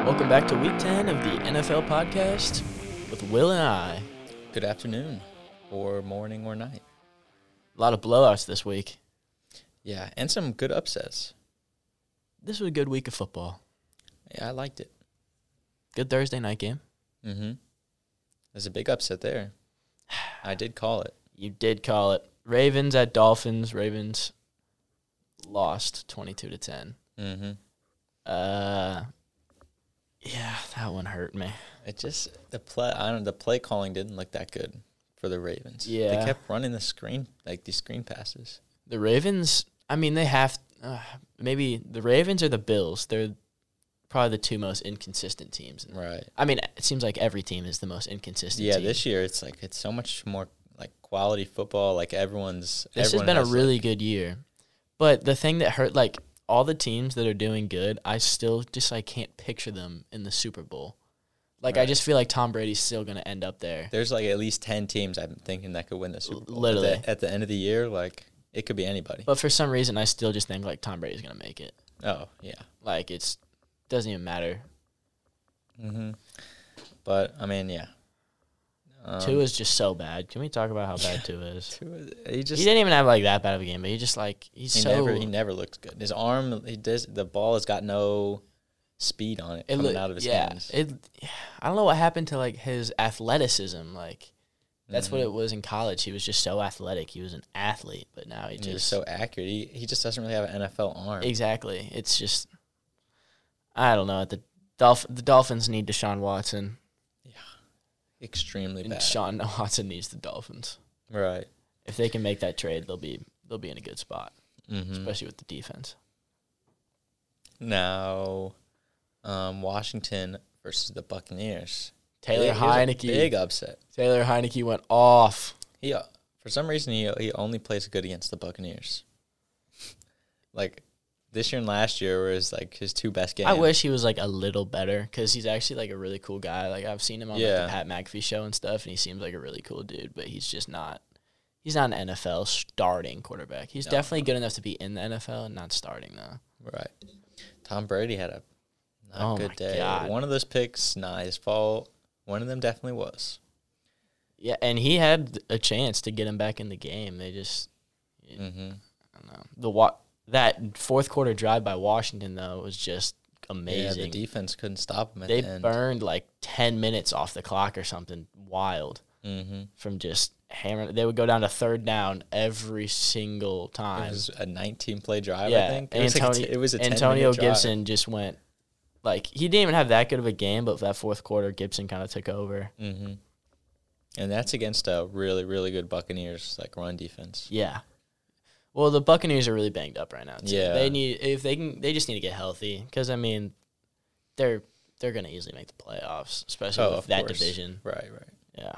Welcome back to week 10 of the NFL podcast with Will and I. Good afternoon, or morning, or night. A lot of blowouts this week. Yeah, and some good upsets. This was a good week of football. Yeah, I liked it. Good Thursday night game. Mm-hmm. There's a big upset there. I did call it. You did call it. Ravens at Dolphins. Ravens lost 22 to 10. Mm-hmm. Uh yeah, that one hurt me. It just the play. I don't. The play calling didn't look that good for the Ravens. Yeah. they kept running the screen like these screen passes. The Ravens, I mean they have uh, maybe the Ravens or the Bills, they're probably the two most inconsistent teams. Right. I mean, it seems like every team is the most inconsistent Yeah. team. This year, it's like it's so much more like quality football. Like everyone's. this has everyone been a has, really good year. But the thing that hurt, like all the teams that are doing good, I still just like can't picture them in the Super Bowl. Like I Right. just feel like Tom Brady's still gonna end up there. There's like at least ten teams I'm thinking that could win the Super Bowl. At the- literally. At the, end of the year, like it could be anybody. But for some reason, I still just think like Tom Brady's gonna make it. Oh yeah. Like it's doesn't even matter. Mm-hmm. But I mean, yeah. Um, Two is just so bad. Can we talk about how bad two is? Tua, he He just didn't even have like that bad of a game, but he just like he's he so. never he never looks good. His arm, he does the ball has got no speed on it, it coming loo- out of his yeah, hands. It, I don't know what happened to like his athleticism. Like that's what Mm-hmm. it was in college. He was just so athletic. He was an athlete, but now he And he was just so accurate. He, he just doesn't really have an NFL arm. exactly. It's just I don't know. The Dolph- the Dolphins need Deshaun Watson, Extremely and bad. Deshaun Watson needs the Dolphins. Right. If they can make that trade, they'll be they'll be in a good spot, Mm-hmm. especially with the defense. Now, um, Washington versus the Buccaneers. Taylor Big- here's a Heineke. big upset. Taylor Heineke went off. He uh, for some reason he he only plays good against the Buccaneers. like this year and last year was like his two best games. I wish he was like a little better because he's actually like a really cool guy. Like I've seen him on Yeah. like, the Pat McAfee show and stuff, and he seems like a really cool dude. But he's just not. He's not an NFL starting quarterback. He's No, definitely good enough to be in the NFL and not starting though. Right. Tom Brady had a not Oh my good day. God. One of those picks, not his fault. One of them definitely was. Yeah, and he had a chance to get him back in the game. They just, hmm I don't know. The wa- that fourth quarter drive by Washington though was just Yeah, the amazing. defense couldn't stop him at they the end. burned like ten minutes off the clock or something wild. hmm from just hammering. They would go down to third down every single It time. was a 19 play drive, I yeah, think. It was, like, a Antonio, t- it was a 10 Antonio minute drive. Gibson just went like he didn't even have that good of a game, but that fourth quarter Gibson kind of took over. Mhm. And that's against a really, really good Buccaneers like run defense. Yeah. Well, the Buccaneers are really banged up right now. Too. Yeah. they need if they can, they just need to get healthy because I mean, they're they're gonna easily make the playoffs, especially Oh, with of that course. division. Right, right. Yeah,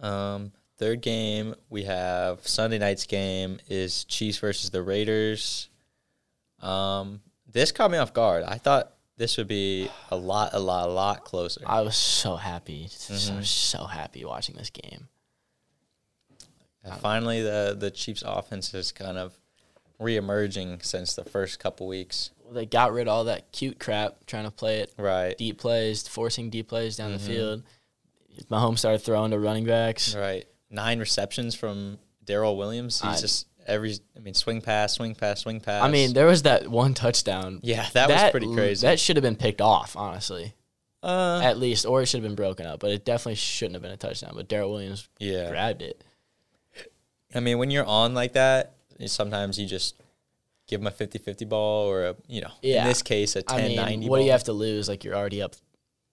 Um, third game we have Sunday night's game is Chiefs versus the Raiders. Um, this caught me off guard. I thought this would be a lot, a lot, a lot closer. I was so happy, Mm-hmm. so so happy watching this game. And finally, the the Chiefs' offense is kind of reemerging since the first couple weeks. They got rid of all that cute crap trying to play it Right, deep plays, forcing deep plays down the field. Mahomes started throwing to running backs. Mm-hmm. right. Nine receptions from Daryl Williams. He's I- just every. I mean, swing pass, swing pass, swing pass. I mean, there was that one touchdown. yeah, that, was pretty l- crazy. That should have been picked off, honestly, uh, at least, or it should have been broken up. But it definitely shouldn't have been a touchdown. But Darrell Williams yeah. grabbed it. I mean, when you're on like that, sometimes you just give him a 50-50 ball or a, you know, Yeah. in this case, a 10-90 I mean, what ball. do you have to lose? Like you're already up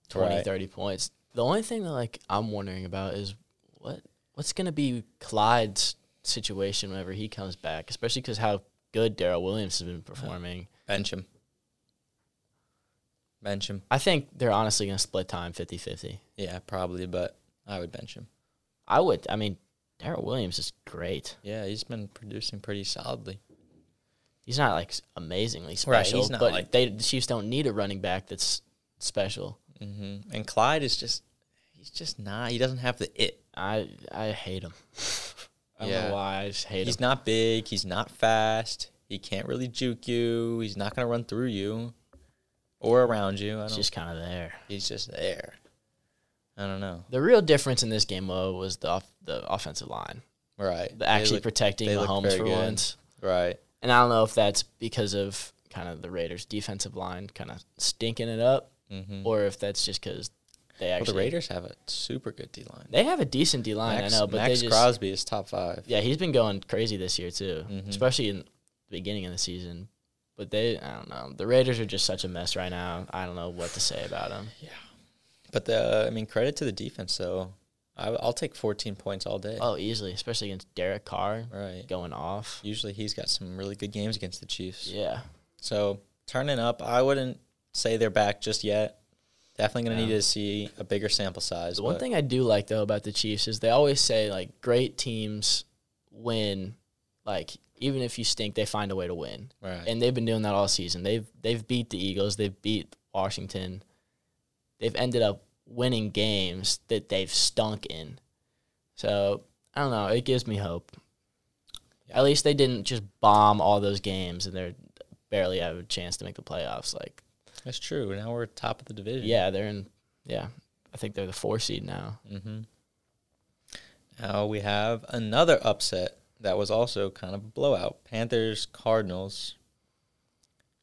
20, Right. 30 points. The only thing that like I'm wondering about is what what's gonna be Clyde's situation whenever he comes back, especially because how good Daryl Williams has been performing. Bench him. Bench him. I think they're honestly going to split time 50 50. Yeah, probably, but I would bench him. I would, I mean, Daryl Williams is great. Yeah, he's been producing pretty solidly. He's not like s- amazingly special, Right, he's not, but like- they, the Chiefs don't need a running back that's special. hmm And Clyde is just, he's just not, he doesn't have the it. I I hate him. I don't Yeah. know why. I just hate He's him. not big. He's not fast. He can't really juke you. He's not going to run through you. or around you. I It's don't. just kind of there. he's just there. I don't know. The real difference in this game, though, was the off- the offensive line, Right. the They actually look- protecting they look Mahomes very for good. once. right. And I don't know if that's because of kind of the Raiders' defensive line kind of stinking it up, Mm-hmm. or if that's just because they Well, actually the Raiders have a super good D line. they have a decent D line. Max, I know, but Max they just Crosby is top five. yeah, he's been going crazy this year too, Mhm. especially in the beginning of the season. But they, I don't know. The Raiders are just such a mess right now. I don't know what to say about them. But the I mean, credit to the defense though. I, I'll take 14 points all day. Oh, easily, especially against Derek Carr Right. going off. Usually he's got some really good games against the Chiefs. Yeah, So turning up, I wouldn't say they're back just yet. Definitely going to Yeah. need to see a bigger sample size. The one but- thing I do like though about the Chiefs is they always say like great teams win, like even if you stink, they find a way to win, right? and they've been doing that all season. They've they've beat the Eagles, they've beat Washington, they've ended up winning games that they've stunk in. So I don't know, it gives me hope. Yeah. At least they didn't just bomb all those games and they're barely have a chance to make the playoffs. Like That's true. Now we're top of the division. yeah, they're in yeah, I think they're the four seed now. Mm-hmm. Now we have another upset that was also kind of a blowout. Panthers Cardinals.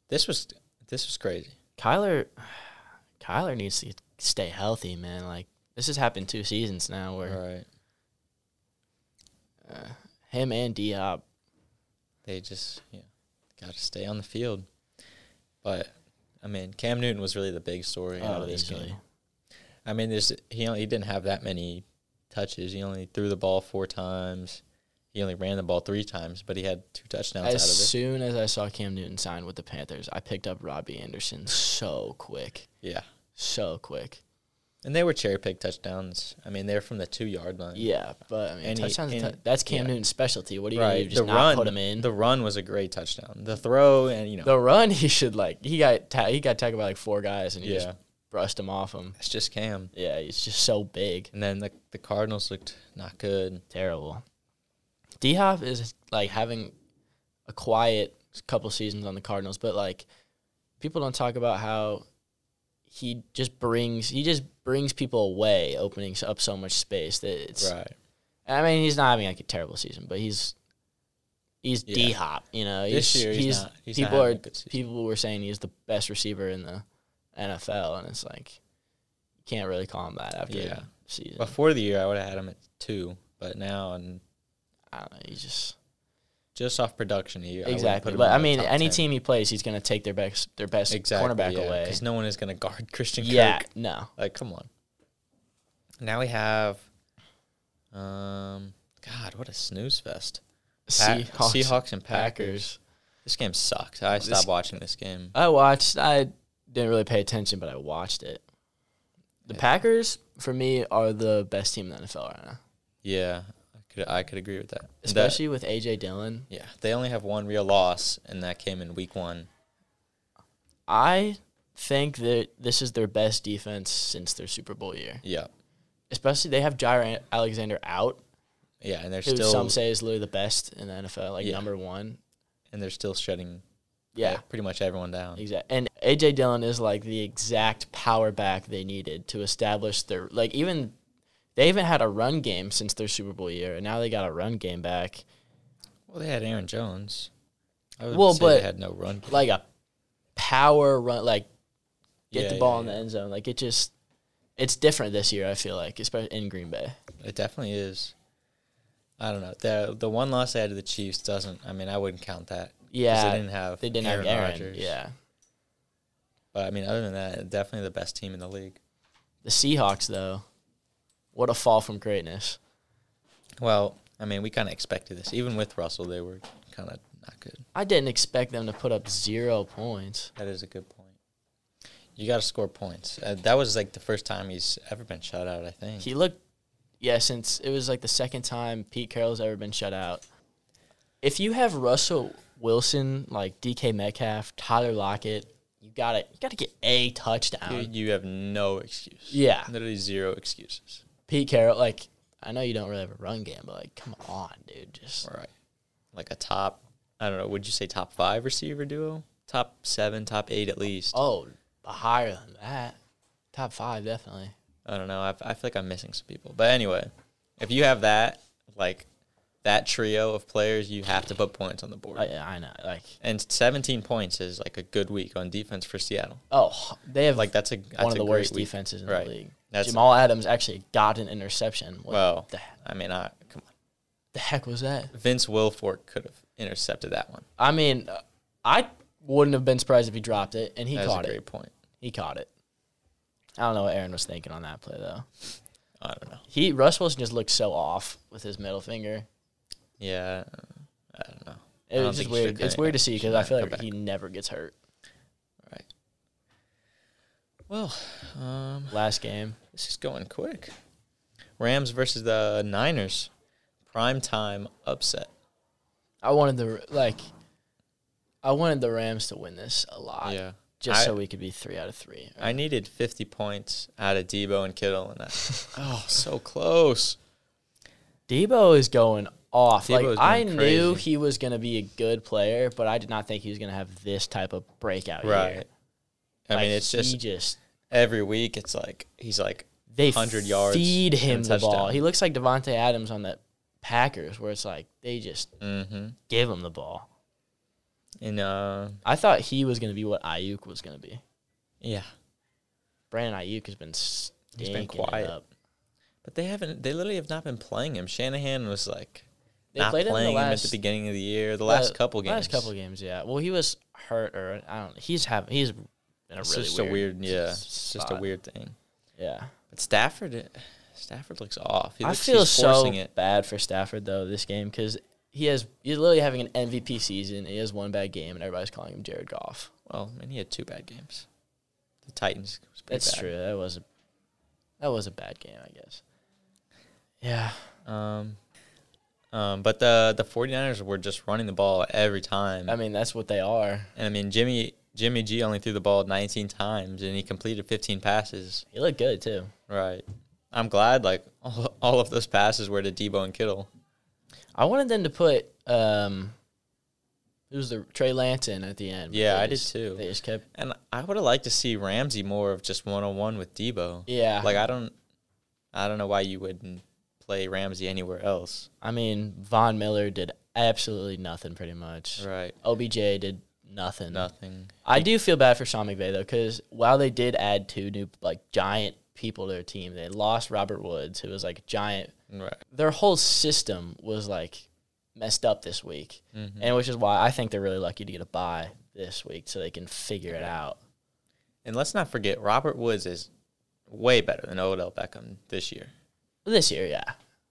This was this was crazy. Kyler, Kyler needs to stay healthy, man. Like this has happened two seasons now, All where right. uh, him and Diop. They just yeah, got to stay on the field. But I mean, Cam Newton was really the big story out Oh, of this easily. game. I mean, there's he only, he didn't have that many touches. He only threw the ball four times. He only ran the ball three times, but he had two touchdowns As out soon as I saw Cam Newton sign with the Panthers, I picked up Robbie Anderson so quick, of it. Yeah, so quick. and they were cherry picked touchdowns. I mean, they're from the two yard line. Yeah, but I mean, And he- touchdowns. are and- tou- that's Cam yeah. Newton's specialty. What are you gonna do? right. Just The not run, put him in. The, the run was a great touchdown. The throw, and you know, run, he should like. He got ta- he got tackled by like four guys, and he Yeah. just brushed him off him. that's just Cam. Yeah, he's just so big. And then the the Cardinals looked not good. terrible. D Hop is like having a quiet couple seasons on the Cardinals, but like people don't talk about how he just brings he just brings people away, opening up so much space that it's. Right. I mean, he's not having like a terrible season, but he's he's Yeah. D Hop. You know, This year he's not- he's not people having a are good season. people were saying he's the best receiver in the NFL, and it's like you can't really call him that after Yeah. a season. Before the year, I would have had him at two, but now and I don't know. He's just. just off production, he I wouldn't Exactly, put him but in I the mean, top any 10. team he plays, he's going to take their best their best exactly, cornerback away. because no one is going to guard Christian. Yeah, Kirk. no, Like, come on. Now we have, um, God, what a snooze fest. Pa- Seahawks, Seahawks and Packers. Packers. This game sucks. I This- stopped watching this game. I watched. I didn't really pay attention, but I watched it. The Yeah. Packers, for me, are the best team in the NFL right now, Yeah, I could I could agree with that. That- especially with AJ Dillon. yeah, they only have one real loss, and that came in week one. I think that this is their best defense since their Super Bowl year. Yeah, Especially they have Jair Alexander out, yeah, and they're who still some say is literally the best in the NFL, like Yeah. number one. and they're still shutting Yeah, uh, pretty much everyone down. Exactly. And AJ Dillon is like the exact power back they needed to establish their like even they haven't had a run game since their Super Bowl year, and now they got a run game back, Well, they had Aaron Jones. I would Well, say but- they had no run. game. like a power run, like get Yeah, the yeah, ball in yeah. the end zone. Like it just, it's different this year. I feel like, especially in Green Bay. It definitely is. I don't know. The the one loss they had to the Chiefs doesn't. I mean, I wouldn't count that. 'cause Yeah, they didn't have. They didn't Aaron have Aaron. Rodgers. Yeah, But I mean, other than that, definitely the best team in the league. the Seahawks though, what a fall from greatness. Well, I mean, we kind of expected this. Even with Russell, they were kind of not good. I didn't expect them to put up zero points. That is a good point. You got to score points. Uh, that was like the first time he's ever been shut out. I think. He looked, yeah, since it was like the second time Pete Carroll's ever been shut out. If you have Russell Wilson, like DK Metcalf, Tyler Lockett, you got to you got to get a touchdown. you, you have no excuse. Yeah. Literally zero excuses. Pete Carroll, like I know you don't really have a run game, but like come on, dude, just All right. Like a top. I don't know. Would you say top five receiver duo? Top seven, top eight at least. oh, but higher than that. Top five, definitely. I don't know. I, I feel like I'm missing some people. But anyway, if you have that, like that trio of players, you have to put points on the board. I, I know. Like, and 17 points is like a good week on defense for Seattle. oh, they have Like like that's a that's one of a the great worst week. defenses in Right. the league. That's- Jamal Adams actually got an interception. What Well, the, I mean, I, come on. the heck was that? Vince Wilfork could have intercepted that one. I mean, uh, I wouldn't have been surprised if he dropped it, and he That's a caught great it. point. He caught it. I don't know what Aaron was thinking on that play though. I don't know. He Russ Wilson just looked so off with his middle finger. Yeah, I don't know. I It don't was just think he should weird. come It's in. weird to see Should because I not feel come like he never gets hurt. Right. Well, um, Last game, this is going quick. Rams versus the Niners, prime time upset. I wanted the like, I wanted the Rams to win this a lot, just I- so we could be three out of three. I needed 50 points out of Debo and Kittle, and that. oh, so close. Debo is going off. Debo like is I going knew crazy. he was going to be a good player, but I did not think he was going to have this type of breakout year. Right. I Like, mean, it's he just just every week. It's like he's like they 100 yards feed and a him the ball. touchdown. He looks like Devonte Adams on the Packers, where it's like they just mm-hmm. give him the ball. And uh, I thought he was going to be what Ayuk was going to be. yeah, Brandon Ayuk has been stinking been It quiet. up. but they haven't. They literally have not been playing him. Shanahan was like They not played him in the playing him at the last- beginning of the year. The last Uh, couple games. Last couple games, yeah. Well, he was hurt, or I don't. He's having. He's been a It's really just weird a weird. Yeah, s- it's just a spot. weird thing. Yeah, But Stafford, Stafford looks off. He I looks, feel he's so forcing it. bad for Stafford though this game because he has he's literally having an MVP season. He has one bad game, and everybody's calling him Jared Goff. Well, and he had two bad games. The Titans. Was pretty That's bad. true. That was a, that was a bad game, I guess. Yeah, Um, um, but the the 49ers were just running the ball every time. I mean that's what they are. and I mean Jimmy Jimmy G only threw the ball 19 times and he completed 15 passes. He looked good too. Right. I'm glad like all, all of those passes were to Debo and Kittle. I wanted them to put um, it was the Trey Lance in at the end. but Yeah, they I did just- too. They just kept. And I would have liked to see Ramsey more of just one on one with Debo. Yeah, Like I don't I don't know why you wouldn't play Ramsey anywhere else. I mean, Von Miller did absolutely nothing pretty much. Right. OBJ did nothing. Nothing. I do feel bad for Sean McVay though, because while they did add two new like giant people to their team, they lost Robert Woods, who was like a giant. Right. Their whole system was like messed up this week, Mm-hmm. Hmm. and which is why I think they're really lucky to get a bye this week, so they can figure it out. And let's not forget Robert Woods is way better than Odell Beckham this year. This year, yeah,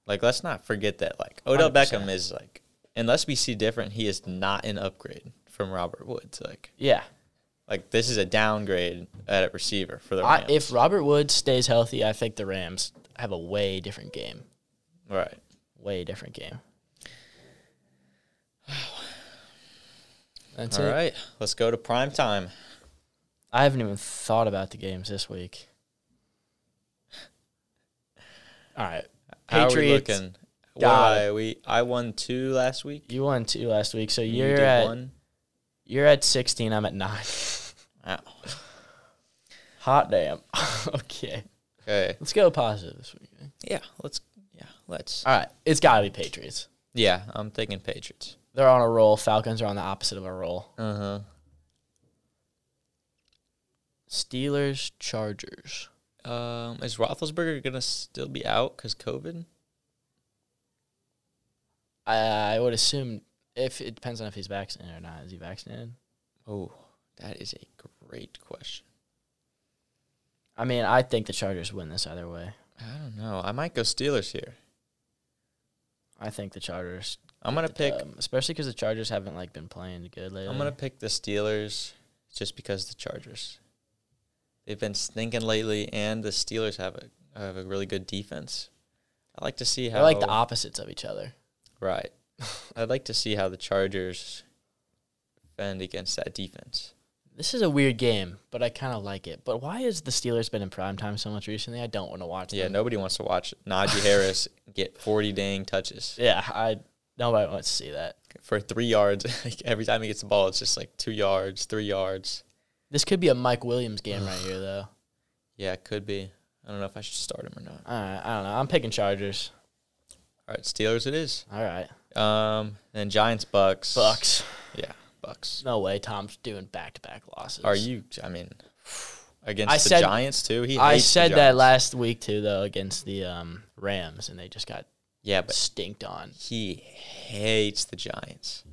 Like, let's not forget that. Like, Odell 100%. Beckham is like, unless we see different, he is not an upgrade from Robert Woods. Like, yeah. like this is a downgrade at a receiver for the I, Rams. if Robert Woods stays healthy, I think the Rams have a way different game. right. Way different game. That's All it. right. Let's go to prime time. I haven't even thought about the games this week. All right. How Patriots. are we looking? got Why we? I won two last week. You won two last week, so and you're did at one. you're at sixteen. I'm at nine. Ow. Hot damn. okay, Okay. let's go positive this week. Yeah. Let's. Yeah. Let's. All right, it's got to be Patriots. Yeah. I'm thinking Patriots. They're on a roll. Falcons are on the opposite of a roll. Uh huh. Steelers, Chargers. Um, is Roethlisberger gonna still be out because COVID? I, I would assume if it depends on if he's vaccinated or not. Is he vaccinated? Oh, that is a great question. I mean, I think the Chargers win this either way. I don't know. I might go Steelers here. I think the Chargers I'm gonna pick. Um, especially because the Chargers haven't like been playing good lately. I'm gonna pick the Steelers, just because the Chargers. They've been stinking lately, and the Steelers have a have a really good defense. I like to see how They're like the opposites of each other. right. I'd like to see how the Chargers defend against that defense. This is a weird game, but I kind of like it. But why has the Steelers been in prime time so much recently? I don't want to watch Yeah, them. nobody wants to watch Najee Harris get 40 dang touches Yeah, I nobody wants to see that. for three yards. Like, Every time he gets the ball, it's just like two yards, three yards. This could be a Mike Williams game right here, though. Yeah, it could be. I don't know if I should start him or not. All right, I don't know. I'm picking Chargers. All right, Steelers it is. All right, Um, then Giants, Bucks. Bucks. Yeah, Bucks. No way, Tom's doing back to back losses. Are you? I mean, against I the said- Giants too. He. I hates the said that Giants. last week too, though, against the um, Rams, and they just got Yeah, but stinked on. he hates the Giants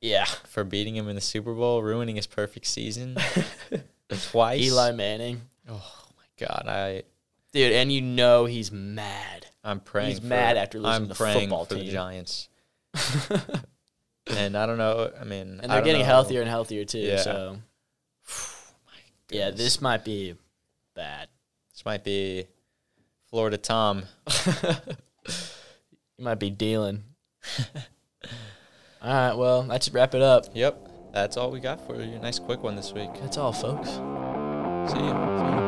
Yeah, for beating him in the Super Bowl, ruining his perfect season twice. Eli Manning, Oh my God, I dude, and you know he's mad. I'm praying. He's for- mad after losing I'm to the praying football for the team. Giants. and I don't know. I mean, and they're getting healthier and healthier too. Yeah. So, yeah, this might be bad. This might be Florida Tom. You might be dealing. all right, well, that should wrap it up. Yep, that's all we got for you. Nice quick one this week. That's all, folks. See you. See you.